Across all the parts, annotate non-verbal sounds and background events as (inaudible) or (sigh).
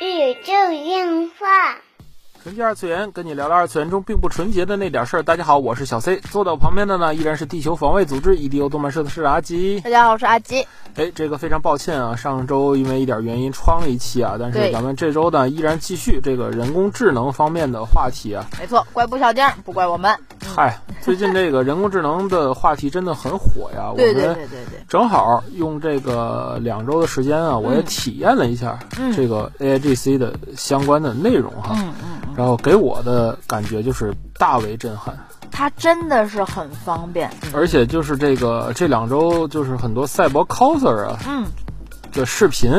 宇宙硬化。纯洁二次元，跟你聊聊二次元中并不纯洁的那点事儿。大家好，我是小 C，坐到我旁边的呢依然是地球防卫组织 EDO 动漫社的社长阿吉。大家好，我是阿基。哎，这个非常抱歉啊，上周因为一点原因窗了一期啊，但是对咱们这周呢依然继续这个人工智能方面的话题啊。没错，怪布小丁儿，不怪我们。嗨，最近这个人工智能的话题真的很火呀，我 (laughs) 对对们对对对，正好用这个两周的时间嗯啊，我也体验了一下这个 AIGC 的相关的内容哈，嗯嗯嗯，然后给我的感觉就是大为震撼。它真的是很方便。嗯而且就是这个这两周就是很多赛博 coser 啊嗯，的视频，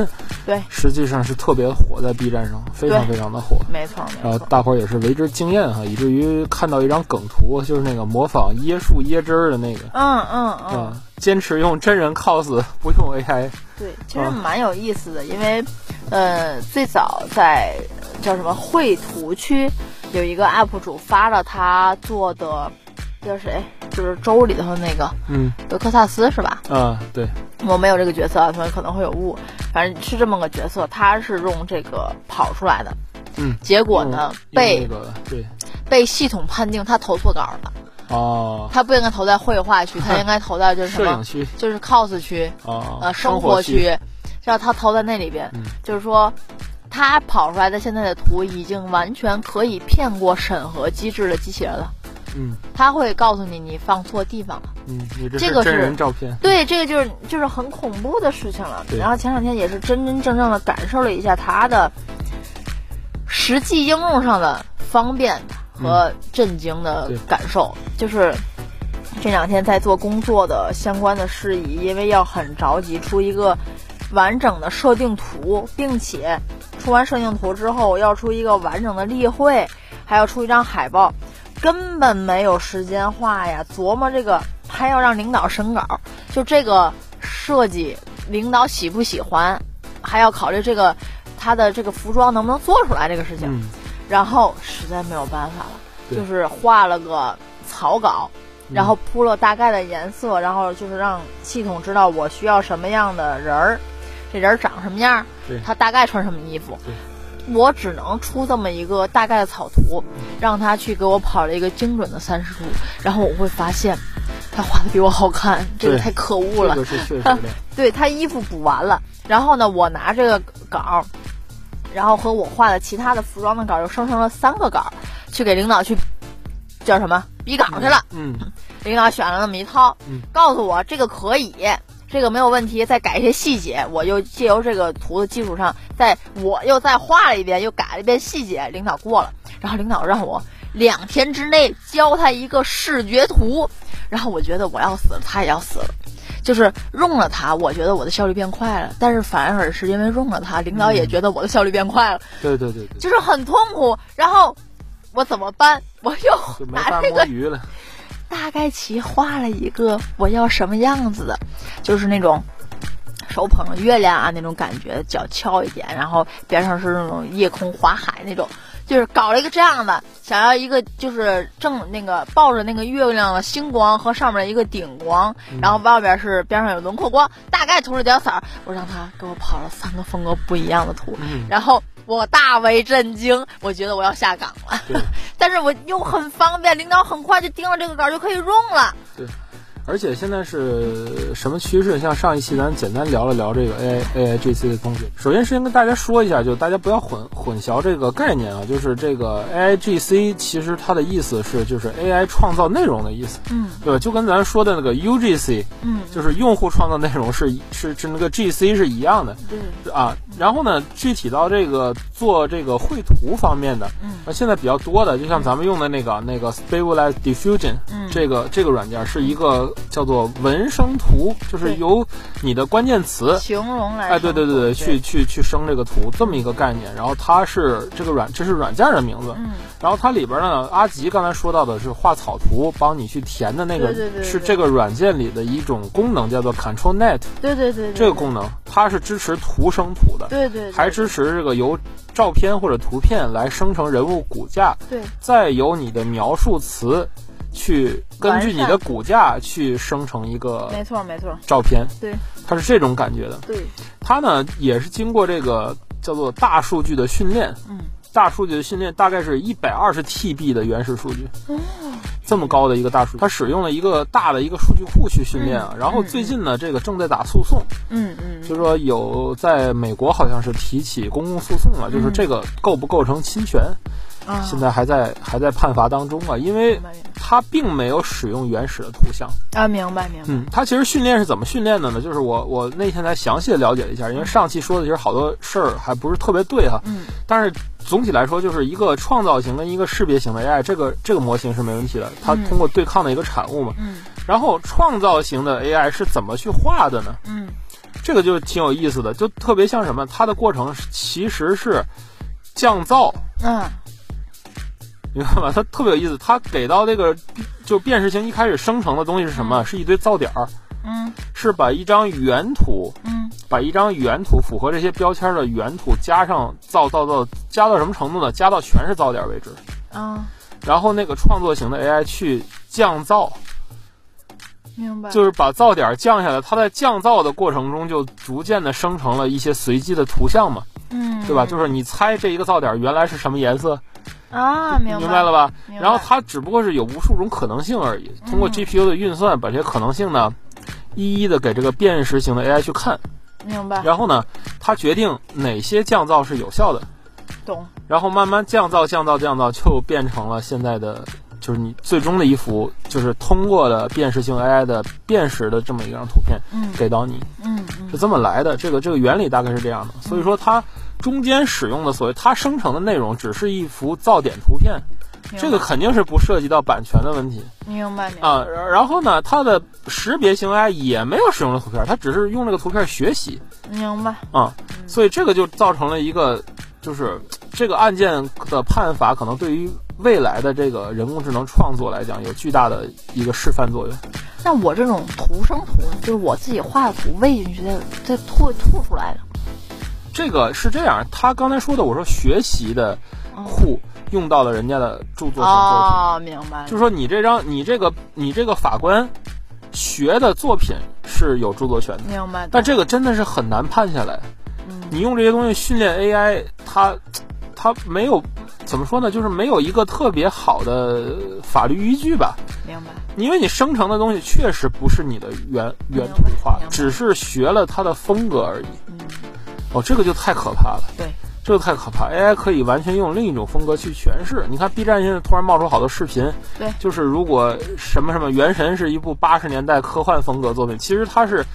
对，实际上是特别火，在 B 站上非常对非常的火。没错然后没错。大伙儿也是为之惊艳哈，以至于看到一张梗图，就是那个模仿椰树椰汁儿的那个，嗯嗯啊、嗯，坚持用真人 cos 不 (laughs) 用 AI，对，其实嗯蛮有意思的，因为，呃，最早在叫什么绘图区有一个 UP 主发了他做的，叫谁？就是周里头那个嗯德克萨斯是吧？啊对，我没有这个角色，啊，所以可能会有误。反正是这么个角色，他是用这个跑出来的。嗯，结果呢，用被、那个对被系统判定他投错稿了，哦，他不应该投在绘画区，他应该投在就是什摄影么，区就是 cos 区，啊、呃，生活活区，让他投在那里边。嗯就是说，他跑出来的现在的图已经完全可以骗过审核机制的机器人了。嗯他会告诉你，你放错地方了。嗯，你这这个真是人照片，对，这个就是就是很恐怖的事情了。对然后前两天也是真真正正的感受了一下它的实际应用上的方便和震惊的嗯对感受，就是。这两天在做工作的相关的事宜，因为要很着急出一个完整的设定图，并且出完设定图之后要出一个完整的例会，还要出一张海报，根本没有时间画呀，琢磨这个还要让领导审稿，就这个设计，领导喜不喜欢，还要考虑这个他的这个服装能不能做出来这个事情，嗯然后实在没有办法了，对就是画了个草稿。嗯然后铺了大概的颜色，然后就是让系统知道我需要什么样的人儿，这人儿长什么样儿对，他大概穿什么衣服。我只能出这么一个大概的草图，嗯让他去给我跑了一个精准的三十度，然后我会发现，他画的比我好看，这个对太可恶这了。个是确实的，对他衣服补完了，然后呢，我拿这个稿，然后和我画的其他的服装的稿，又生成了三个稿，去给领导去叫什么比稿去了。嗯领导选了那么一套，嗯告诉我这个可以，这个没有问题，再改一些细节。我又借由这个图的基础上，再我又再画了一遍，又改了一遍细节，领导过了。然后领导让我两天之内教他一个视觉图，然后我觉得我要死了，他也要死了。就是用了他，我觉得我的效率变快了，但是反而是因为用了他，领导嗯也觉得我的效率变快了，对对对对，就是很痛苦。然后我怎么办？我就又没拿法这个摸鱼了，大概其画了一个我要什么样子的，就是那种手捧着月亮啊那种感觉，脚翘一点，然后边上是那种夜空划海那种，就是搞了一个这样的，想要一个就是正那个抱着那个月亮的星光和上面的一个顶光，然后外边是边上有轮廓光，大概涂了点色儿，我让他给我跑了三个风格不一样的图，嗯然后我大为震惊，我觉得我要下岗了对。但是我又很方便，领导很快就盯了这个稿就可以用了。而且现在是什么趋势？像上一期咱简单聊了聊这个 A A I G C 的东西。首先，先跟大家说一下，就大家不要混混淆这个概念啊，就是这个 A I G C 其实它的意思是就是 A I 创造内容的意思，嗯对吧？就跟咱说的那个 U G C，嗯，就是用户创造内容是是是那个 G C 是一样的对，啊。然后呢，具体到这个做这个绘图方面的，嗯啊，现在比较多的，就像咱们用的那个那个 Stabilize Diffusion，嗯这个这个软件是一个叫做文生图，就是对由你的关键词，形容来说。哎，对对对对，去去去生这个图这么一个概念。然后它是这个软，这是软件的名字。嗯然后它里边呢，阿吉刚才说到的是画草图，帮你去填的那个对对对对是这个软件里的一种功能，叫做 Control Net 对对对对，这个功能，它是支持图生图的，对对对还支持这个由照片或者图片来生成人物骨架。对再由你的描述词去根据你的骨架去生成一个没错没错，照片，对它是这种感觉的。对，它呢也是经过这个叫做大数据的训练，嗯，大数据的训练大概是一百二十 TB 的原始数据，哦这么高的一个大数据，它使用了一个大的一个数据库去训练啊。然后最近呢，这个正在打诉讼，嗯嗯，就说有在美国好像是提起公共诉讼了，嗯就是这个构不构成侵权，啊，现在还在还在判罚当中啊，因为明白明白它并没有使用原始的图像。啊，明白明白，嗯，它其实训练是怎么训练的呢？就是我我那天才详细的了解了一下，因为上期说的其实好多事儿还不是特别对哈。嗯。但是总体来说，就是一个创造型跟一个识别型的 AI，这个这个模型是没问题的。它通过对抗的一个产物嘛。嗯。然后创造型的 AI 是怎么去画的呢？嗯这个就挺有意思的，就特别像什么？它的过程是其实是降噪，嗯你看吧，它特别有意思。它给到这个就辨识型一开始生成的东西是什么？是一堆噪点儿，嗯是把一张原图。嗯把一张原图符合这些标签的原图加上造造造，加到什么程度呢？加到全是噪点为止。啊，然后那个创作型的 AI 去降噪，明白，就是把噪点降下来。它在降噪的过程中，就逐渐的生成了一些随机的图像嘛，嗯，对吧？就是你猜这一个噪点原来是什么颜色，啊，明明白了吧？吧？明白嗯然后它只不过是有无数种可能性而已。通过 GPU 的运算，把这些可能性呢，一一的给这个辨识型的 AI 去看，明白，然后呢，它决定哪些降噪是有效的。懂，然后慢慢降噪、降噪、降噪，就变成了现在的，就是你最终的一幅，就是通过了辨识性 AI 的辨识的这么一张图片嗯给到你，嗯嗯，是这么来的。这个这个原理大概是这样的。所以说它中间使用的所谓它生成的内容，只是一幅噪点图片，明白这个肯定是不涉及到版权的问题明白明白，啊。然然后呢，它的识别型 AI 也没有使用的图片，它只是用这个图片学习。明白，啊，所以这个就造成了一个，就是这个案件的判罚可能对于未来的这个人工智能创作来讲有巨大的一个示范作用。那我这种图生图，就是我自己画的图喂进去再再吐吐出来的，这个是这样，他刚才说的，我说学习的库用到了人家的著作权作品，嗯哦，明白了，就是说你这张你这个你这个法官学的作品是有著作权的。明白，嗯但这个真的是很难判下来。你用这些东西训练 AI，它它没有怎么说呢，就是没有一个特别好的法律依据吧。明白，因为你生成的东西确实不是你的原明白原图画明白，只是学了它的风格而已。嗯，哦，这个就太可怕了，对，这个太可怕。AI 可以完全用另一种风格去诠释。你看 B 站现在突然冒出好多视频，对就是如果什么什么《原神》是一部八十年代科幻风格作品，其实它是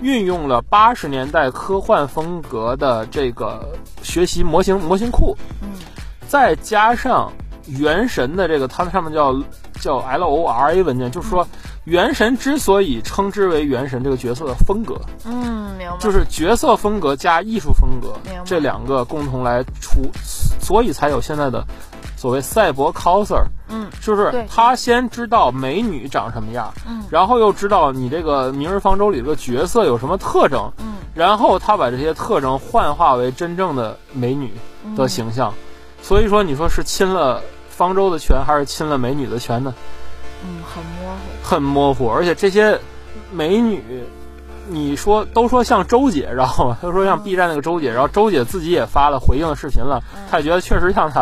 运用了八十年代科幻风格的这个学习模型模型库，嗯，再加上《原神》的这个，它上面叫叫 LoRA 文件，就是说。嗯原神之所以称之为原神这个角色的风格，嗯，明白，就是角色风格加艺术风格明白这两个共同来出，所以才有现在的所谓赛博 coser，嗯，就对是他先知道美女长什么样，嗯然后又知道你这个《明日方舟》里的角色有什么特征，嗯，然后他把这些特征幻化为真正的美女嗯的形象，所以说你说是亲了方舟的权还是亲了美女的权呢？嗯，很模糊，很模糊，而且这些美女，你说都说像周姐，然后都说像 B 站那个周姐，然后周姐自己也发了回应的视频了，嗯她也觉得确实像她，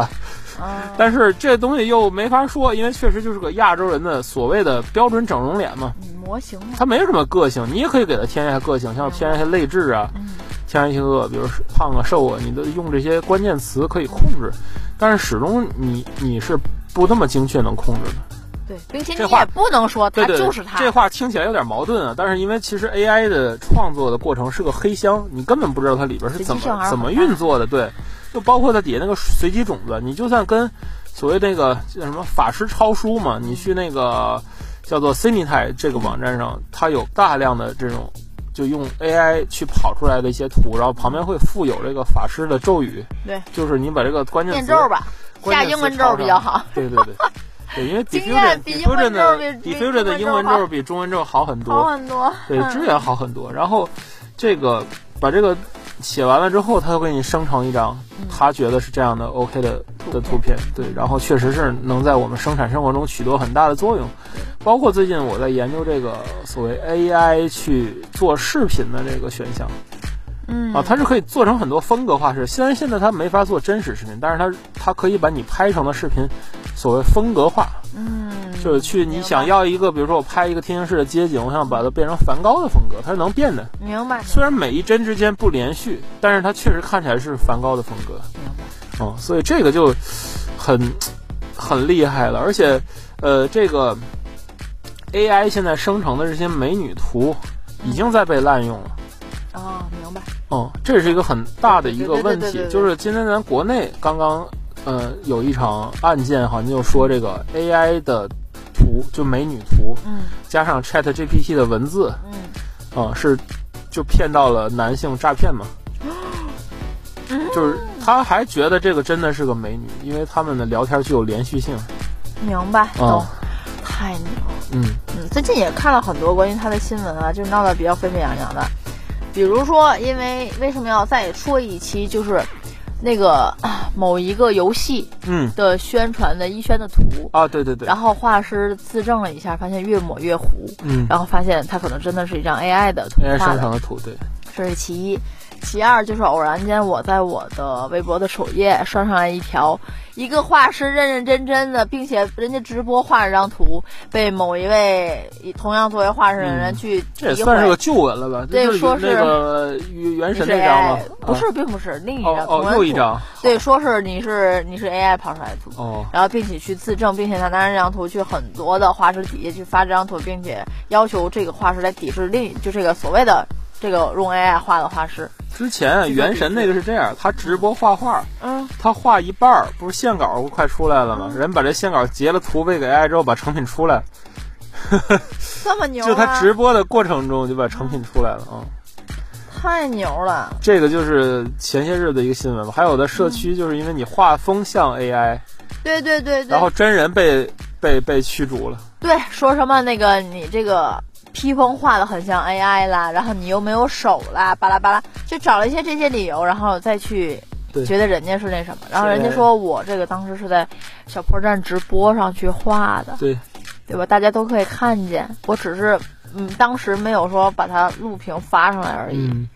啊，但是这东西又没法说，因为确实就是个亚洲人的所谓的标准整容脸嘛，嗯模型嘛，她没有什么个性，你也可以给她添加个性，像是添加一些类质啊，嗯添加一些个，比如是胖啊瘦啊，你都用这些关键词可以控制，但是始终你你是不那么精确能控制的。对，并且这你话也不能说对它对，就是它，这话听起来有点矛盾啊，但是因为其实 AI 的创作的过程是个黑箱，你根本不知道它里边是怎随机性还么是怎么很大运作的。对，就包括它底下那个随机种子，你就算跟所谓那个叫什么法师抄书嘛，你去那个叫做 Cinity 这个网站上，它有大量的这种。就用 AI 去跑出来的一些图，然后旁边会附有这个法师的咒语，对，就是你把这个关键念词咒吧，下关键词英文咒比较好抄上。 (laughs) 对对对，对，因为经验 diffusion 比英文 diffusion 的咒比比 diffusion 的中文咒英文好咒比中文咒好很好啊嗯多，很多，对，资源好很多。然后这个把这个写完了之后，他就给你生成一张他觉得是这样的 OK 的嗯图的图片，对，然后确实是能在我们生产生活中起到很大的作用，包括最近我在研究这个所谓 AI 去做视频的这个选项嗯啊，它是可以做成很多风格化视，虽然现在它没法做真实视频，但是它它可以把你拍成的视频所谓风格化，嗯，就是去你明白想要一个，比如说我拍一个天津市的街景，我想把它变成梵高的风格，它是能变的，明白，虽然每一帧之间不连续，但是它确实看起来是梵高的风格。明白，嗯，所以这个就很很厉害了，而且呃，这个 AI 现在生成的这些美女图已经在被滥用了。哦，明白，嗯，这是一个很大的一个问对对对对题对，对就是今天咱国内刚刚呃有一场案件，好像就说这个 AI 的图，就美女图嗯加上 Chat GPT 的文字，嗯啊、是就骗到了男性诈骗嘛？嗯就是他还觉得这个真的是个美女，因为他们的聊天具有连续性。明白，懂啊，，太牛了。嗯嗯，最近也看了很多关于他的新闻啊，就闹得比较沸沸扬扬的。比如说，因为为什么要再说一期，就是那个啊某一个游戏嗯的宣传的一宣的图，啊，对对对然，后画师自证了一下，发现越抹越糊，嗯然后发现它可能真的是一张 AI 的图，AI 画生的，成的图，对，这是其一。其二就是偶然间我在我的微博的首页刷上来一条，一个画师认认真真的，并且人家直播画了张图，被某一位以同样作为画师的人去诋嗯这毁。也算是个旧闻了吧？对这就是说是那个呃原你神是那张吗 AI，？不是，哎并不是另一啊，张，哦同哦，样又一图张，对，说是你是你是 AI 跑出来的图，哦，然后并且去自证，并且他拿着这张图去很多的画师底下去发这张图，并且要求这个画师来抵制另就这个所谓的这个用 AI 画的画师。之前啊这个原神那个是这样，他直播画画，嗯，他画一半儿，不是线稿儿快出来了吗？人把这线稿儿截了图喂给 AI 之后，把成品出来了。这么牛、啊，就他直播的过程中就把成品出来了啊、太牛了，这个就是前些日子一个新闻吧。还有的社区就是因为你画风像 AI，、对对对对。然后真人被被被驱逐了。对说什么那个你这个披风画的很像 AI 啦，然后你又没有手啦，巴拉巴拉，就找了一些这些理由，然后再去对觉得人家是那什么，然后是人家说我这个当时是在小破站直播上去画的，对，对吧？大家都可以看见，我只是嗯，当时没有说把它录屏发上来而已，嗯，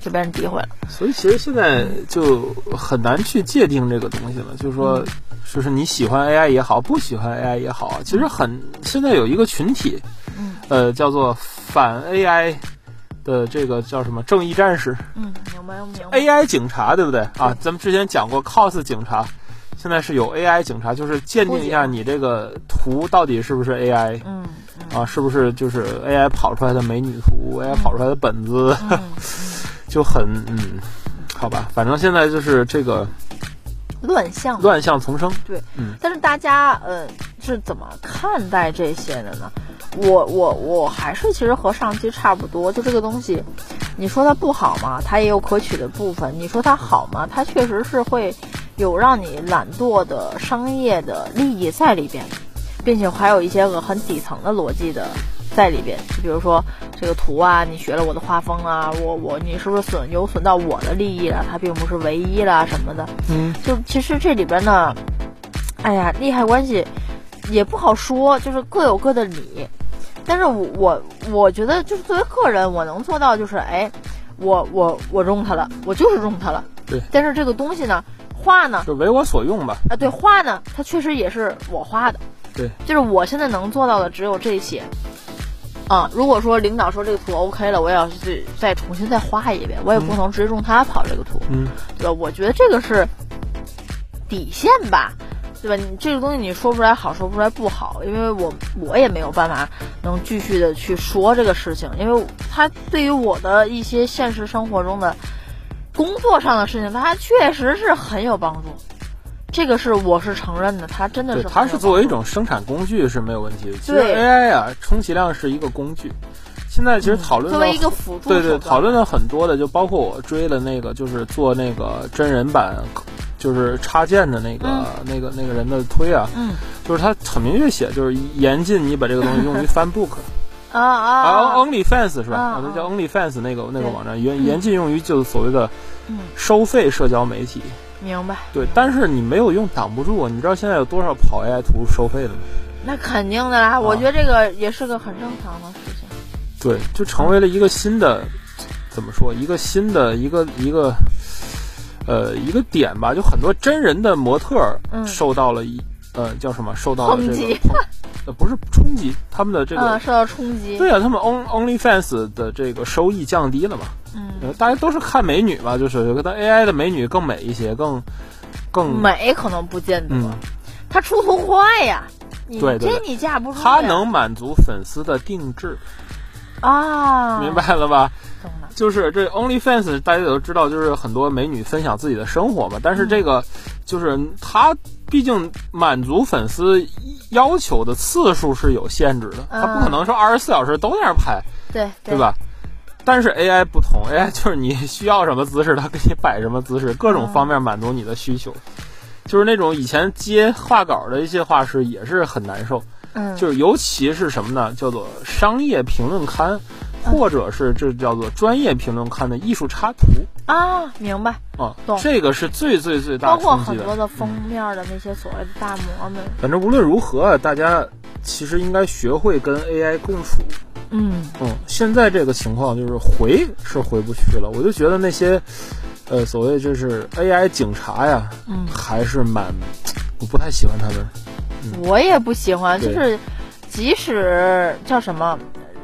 就被人诋毁了。所以其实现在就很难去界定这个东西了。就是嗯说，就是你喜欢 AI 也好，不喜欢 AI 也好，其实很现在有一个群体，嗯呃，叫做反 AI 的这个叫什么正义战士。嗯，明白明白。 AI 警察，对不对啊？咱们之前讲过 cos 警察，现在是有 AI 警察，就是鉴定一下你这个图到底是不是 AI 嗯啊，是不是就是 AI 跑出来的美女图，AI 跑出来的本子，嗯， (laughs) 就很嗯，好吧，反正现在就是这个乱象啊乱象丛生。但是大家呃是怎么看待这些的呢？我我我还是其实和上期差不多，就这个东西，你说它不好嘛，它也有可取的部分；你说它好嘛，它确实是会有让你懒惰的商业的利益在里边，并且还有一些个很底层的逻辑的在里边，就比如说这个图啊，你学了我的画风啊，我我你是不是损有损到我的利益啊了？它并不是唯一啦什么的，嗯，就其实这里边呢，哎呀，利害关系也不好说，就是各有各的理。但是我我我觉得，就是作为个人，我能做到就是，哎，我我我用它了，我就是用它了。对。但是这个东西呢，画呢，就为我所用吧。啊，对，画呢，它确实也是我画的。对。就是我现在能做到的只有这些。啊，如果说领导说这个图 OK 了，我也要去再重新再画一遍，我也不能直接用它跑这个图。嗯，对吧？呃我觉得这个是底线吧，对吧？你这个东西你说不出来好，说不出来不好，因为我我也没有办法能继续的去说这个事情，因为它对于我的一些现实生活中的工作上的事情，它确实是很有帮助。这个是我是承认的，它真的对，是它很有是作为一帮助种生产工具是没有问题的。其实对 AI 啊，充其量是一个工具。现在其实讨论嗯作到为一个辅助对手对，段讨论了很多的，就包括我追了那个，就是做那个真人版，就是插件的那个、那个那个人的推啊，嗯就是他很明确写，就是严禁你把这个东西用于 fanbook 啊 (laughs) 啊啊啊， ，OnlyFans 是吧？啊它叫 OnlyFans 那个那个对网站，严严禁用于就是所谓的嗯收费社交媒体明白。对，但是你没有用挡不住啊！你知道现在有多少跑 AI 图收费的吗？那肯定的啦，啊我觉得这个也是个很正常的事情。对，就成为了一个新的，怎么说？一个新的一个一个，呃，一个点吧。就很多真人的模特儿嗯受到了一、呃叫什么？受到了这个抨击抨呃不是冲击，他们的这个、嗯，受到冲击。对啊，他们 On OnlyFans 的这个收益降低了嘛？嗯，呃大家都是看美女嘛，就是但 AI 的美女更美一些，更更美哦可能不见得，嗯，它出图快呀。你对对这对你架不住呀。它能满足粉丝的定制，啊，明，白了吧？懂了。就是这 OnlyFans 大家也都知道，就是很多美女分享自己的生活嘛。但是这个就是它毕竟满足粉丝要求的次数是有限制的，嗯它不可能说二十四小时都在那儿拍，对对？吧？但是 AI 不同，AI 就是你需要什么姿势，它给你摆什么姿势，各种方面满足你的需求。就是那种以前接画稿的一些画师也是很难受，嗯，就是尤其是什么呢？叫做商业评论刊，嗯或者是这叫做专业评论刊的艺术插图啊，明白。啊懂，这个是最最最大包括冲很击多的。的封面的那些所谓的大模们，反正无论如何，啊大家其实应该学会跟 AI 共处。嗯，嗯，现在这个情况就是回是回不去了，我就觉得那些，呃，所谓就是 AI 警察呀，嗯还是蛮，我不太喜欢他们。嗯我也不喜欢，就对是即使叫什么，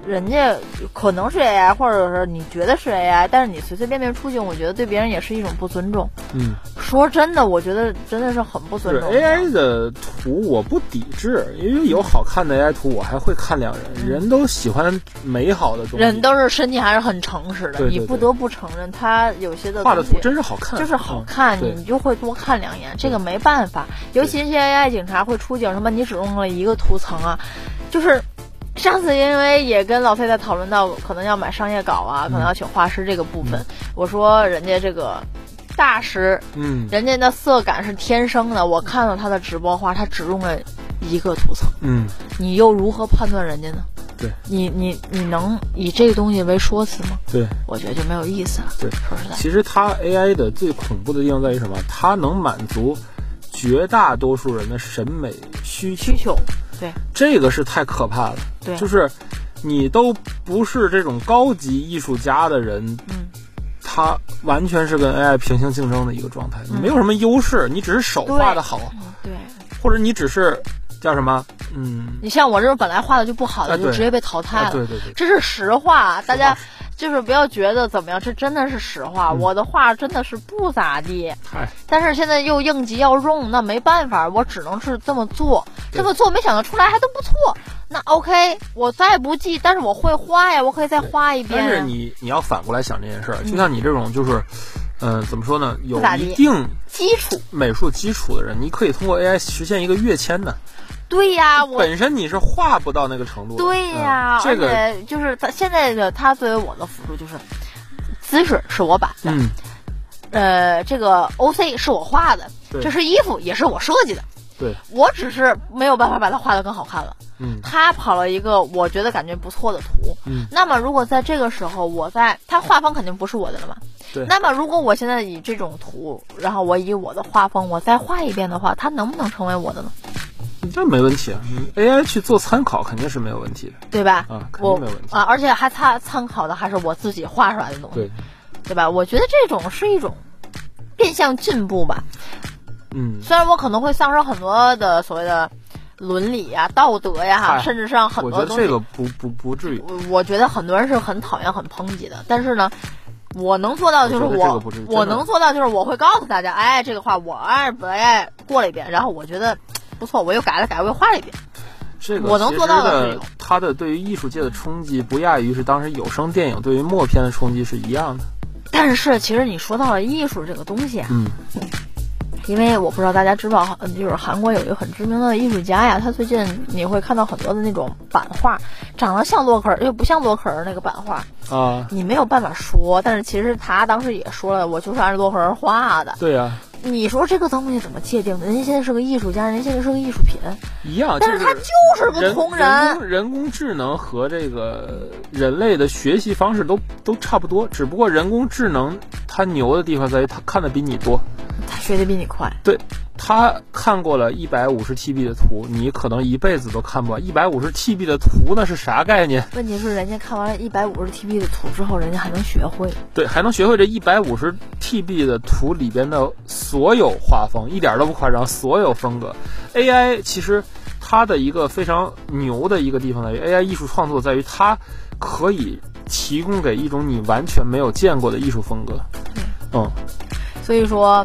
人家可能是 AI，或者是你觉得是 AI，但是你随随便便出去，我觉得对别人也是一种不尊重。嗯，说真的，我觉得真的是很不尊是重。 AI 的图我不抵制，因为有好看的 AI 图我还会看两人，人都喜欢美好的东西，人都是身体还是很诚实的，对对你对不得不承认，他有些的画的东西图真是好看，就是好看，嗯对你就会多看两眼，这个没办法。尤其是 AI 警察会出警，什么你只用了一个图层啊，就是上次因为也跟老费在讨论到可能要买商业稿啊，嗯可能要请画师这个部分，我说人家这个大师，嗯人家的色感是天生的，我看了他的直播画，他只用了一个图层，嗯，你又如何判断人家呢？对，你你你能以这个东西为说辞吗？对我觉得就没有意思了。对。说实在，其实它 AI 的最恐怖的地方在于什么？它能满足绝大多数人的审美需求需，求，对这个是太可怕了。对，啊就是你都不是这种高级艺术家的人，嗯，他完全是跟 AI 平行竞争的一个状态，你没有什么优势，你只是手画的好，嗯对。或者你只是叫什么，嗯，你像我这种本来画的就不好的，啊就对直接被淘汰了。啊对对对这是实话，大家就是不要觉得怎么样，这真的是实嗯话。我的画真的是不咋地，嗨，但是现在又应急要用，那没办法，我只能是这么做。对这么做没想到出来还都不错。那 OK，我再不济，但是我会画呀，我可以再画一啊遍但呀。是你你要反过来想这件事儿，就像你这种就是，嗯，怎么说呢，有不咋地一定基础美术基础的人，你可以通过 AI 实现一个跃迁的，对呀，啊我本身你是画不到那个程度的，对呀、嗯这个，而且就是他现在的他作为我的辅助就是。姿势是我摆的，嗯，呃，这个 O C 是我画的，对这身衣服也是我设计的，对，我只是没有办法把它画得更好看了。嗯他跑了一个我觉得感觉不错的图，嗯那么如果在这个时候我在他画风肯定不是我的了嘛，对那么如果我现在以这种图，然后我以我的画风我再画一遍的话，它能不能成为我的呢？这没问题啊嗯，AI 去做参考肯定是没有问题的。对吧？啊肯定我没问题啊，而且还参参考的还是我自己画出来的东西，对，对吧？我觉得这种是一种变相进步吧。嗯，虽然我可能会丧失很多的所谓的伦理呀、道德呀、嗨甚至上很我觉多得东西，这个不不不至于。我我觉得很多人是很讨厌、很抨击的。但是呢，我能做到就是我觉得这个我不至于真的我能做到就是我会告诉大家，哎，这个话我爱不爱过了一遍，然后我觉得不错，我又改了改，我又画了一遍。这个我能其做实到的是呢有它的对于艺术界的冲击，不亚于是当时有声电影对于默片的冲击是一样的。但是其实你说到了艺术这个东西啊，嗯因为我不知道大家知不知道，呃就是韩国有一个很知名的艺术家呀，他最近你会看到很多的那种版画，长得像洛克尔又不像洛克尔那个版画，啊，你没有办法说。但是其实他当时也说了，我就是按洛克尔画的。对啊，你说这个东西怎么界定？人家现在是个艺术家，人家现在是个艺术品，一样。但是就他就是个人同人人。工人工智能和这个人类的学习方式都都差不多，只不过人工智能它牛的地方在于它看的比你多，他学的比你快。对他看过了一百五十 TB 的图，你可能一辈子都看不完。一百五十 TB 的图那是啥概念？问题是，人家看完了一百五十 TB 的图之后，人家还能学会。对，还能学会这一百五十 TB 的图里边的所有画风，一点都不夸张，所有风格。AI 其实它的一个非常牛的一个地方在于，AI 艺术创作在于它可以提供给一种你完全没有见过的艺术风格。嗯，所以说，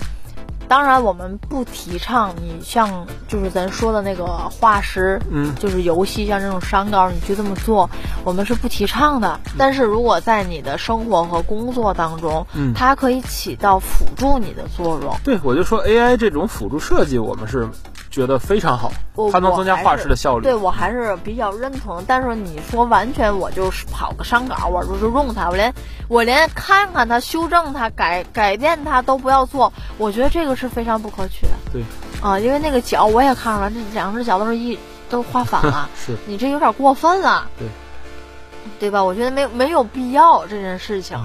当然我们不提倡你像就是咱说的那个画师，嗯就是游戏像这种商稿，你去这么做，我们是不提倡的。但是如果在你的生活和工作当中，嗯它可以起到辅助你的作用。对，我就说 AI 这种辅助设计，我们是觉得非常好我，它能增加我还是画师的效率。对我还是比较认同，但是你说完全我就是跑个商稿，我就是用它，我连我连看看它、修正它、改改变它都不要做，我觉得这个是非常不可取的。对，，啊，因为那个脚我也看出来，这两只脚都是一都画反了 (laughs) 是你这有点过分了。对，对吧？我觉得没没有必要这件事嗯情。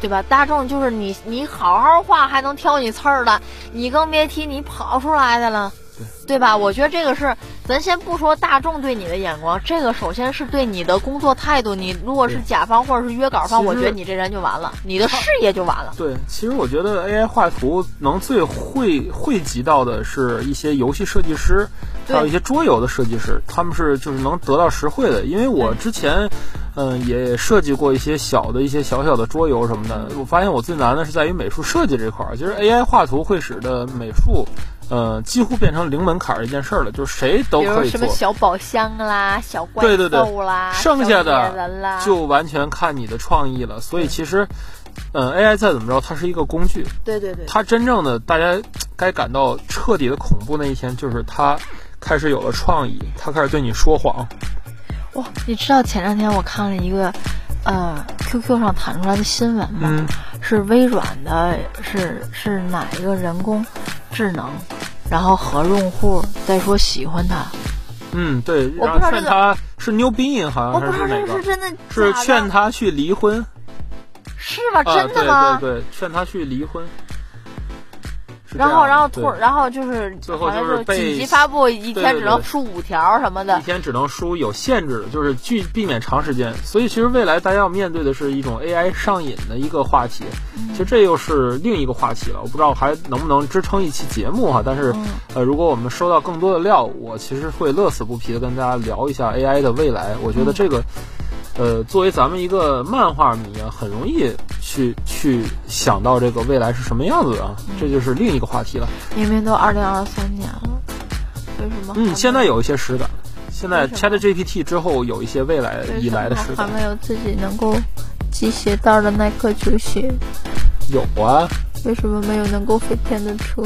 对吧？大众就是你，你好好画还能挑你刺儿的，你更别提你跑出来的了，对吧？我觉得这个是，咱先不说大众对你的眼光，这个首先是对你的工作态度。你如果是对甲方或者是约稿其方，我实觉得你这人就完了，你的事业就完了。对，其实我觉得 AI 画图能最汇汇集到的是一些游戏设计师，还有对一些桌游的设计师，他们是就是能得到实惠的。因为我之前，嗯、也设计过一些小的一些小小的桌游什么的，我发现我最难的是在于美术设计这块儿。其实 AI 画图会使得美术，呃，几乎变成零门槛儿的一件事儿了，就是谁都比如可以什么做。小宝箱啦、小怪对对对兽啦、剩下小野人啦的，就完全看你的创意了。所以其实，嗯、a i 再怎么着，它是一个工具，对对对，它真正的大家该感到彻底的恐怖那一天，就是它开始有了创意，它开始对你说谎。哇！你知道前两天我看了一个，呃，QQ 上弹出来的新闻吗？嗯是微软的，是是哪一个人工智能，然后和用户在说喜欢它，嗯，对，我然不后知道劝这个他是 New Bean 好我像不知还道哪这个个是。真的是假的劝他去离婚是吧？啊，真的吗？对对对，劝他去离婚。是这然后，样的然后对突，然后就是最后好像就是是被紧急发布，一对天对只对能出五条什么的一。天只能输有限制的，就是拒避免长时间。所以其实未来大家要面对的是一种 AI 上瘾的一个话题，其实这又是另一个话题了。我不知道还能不能支撑一期节目哈，但是、呃，如果我们收到更多的料，我其实会乐此不疲的跟大家聊一下 AI 的未来。我觉得这个。呃，作为咱们一个漫画迷啊，很容易去去想到这个未来是什么样子的啊，这就是另一个话题了。明明都二零二三年了，为什么还没？嗯，现在有一些实感。现在哦为什 Chat 么 GPT 之后有一些未来为以什来的么实还感，没有自己能够系鞋带的耐克球鞋？有啊。为什么没有能够飞天的车？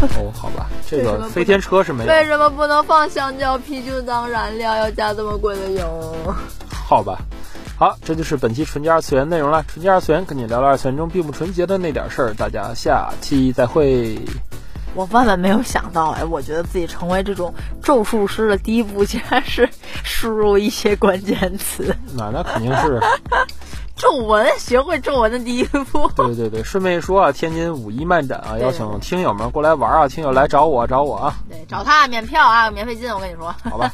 哦，好吧，这为什么个不飞天车是没有，为什么不能放香蕉皮就当燃料，要加这么贵的油？好吧。好，这就是本期纯洁二次元内容了。纯洁二次元跟你聊聊二次元中并不纯洁的那点事儿，大家下期再会。我万万没有想到，哎，我觉得自己成为这种咒术师的第一步，竟然是输入一些关键词。那那肯定 (laughs) 是，皱纹，学会皱纹的第一步。对对对。顺便一说啊，天津五一漫展啊，邀对请听友们过来玩啊，听友来找我找我啊，对，找他免票啊，免费进，我跟你说。好吧。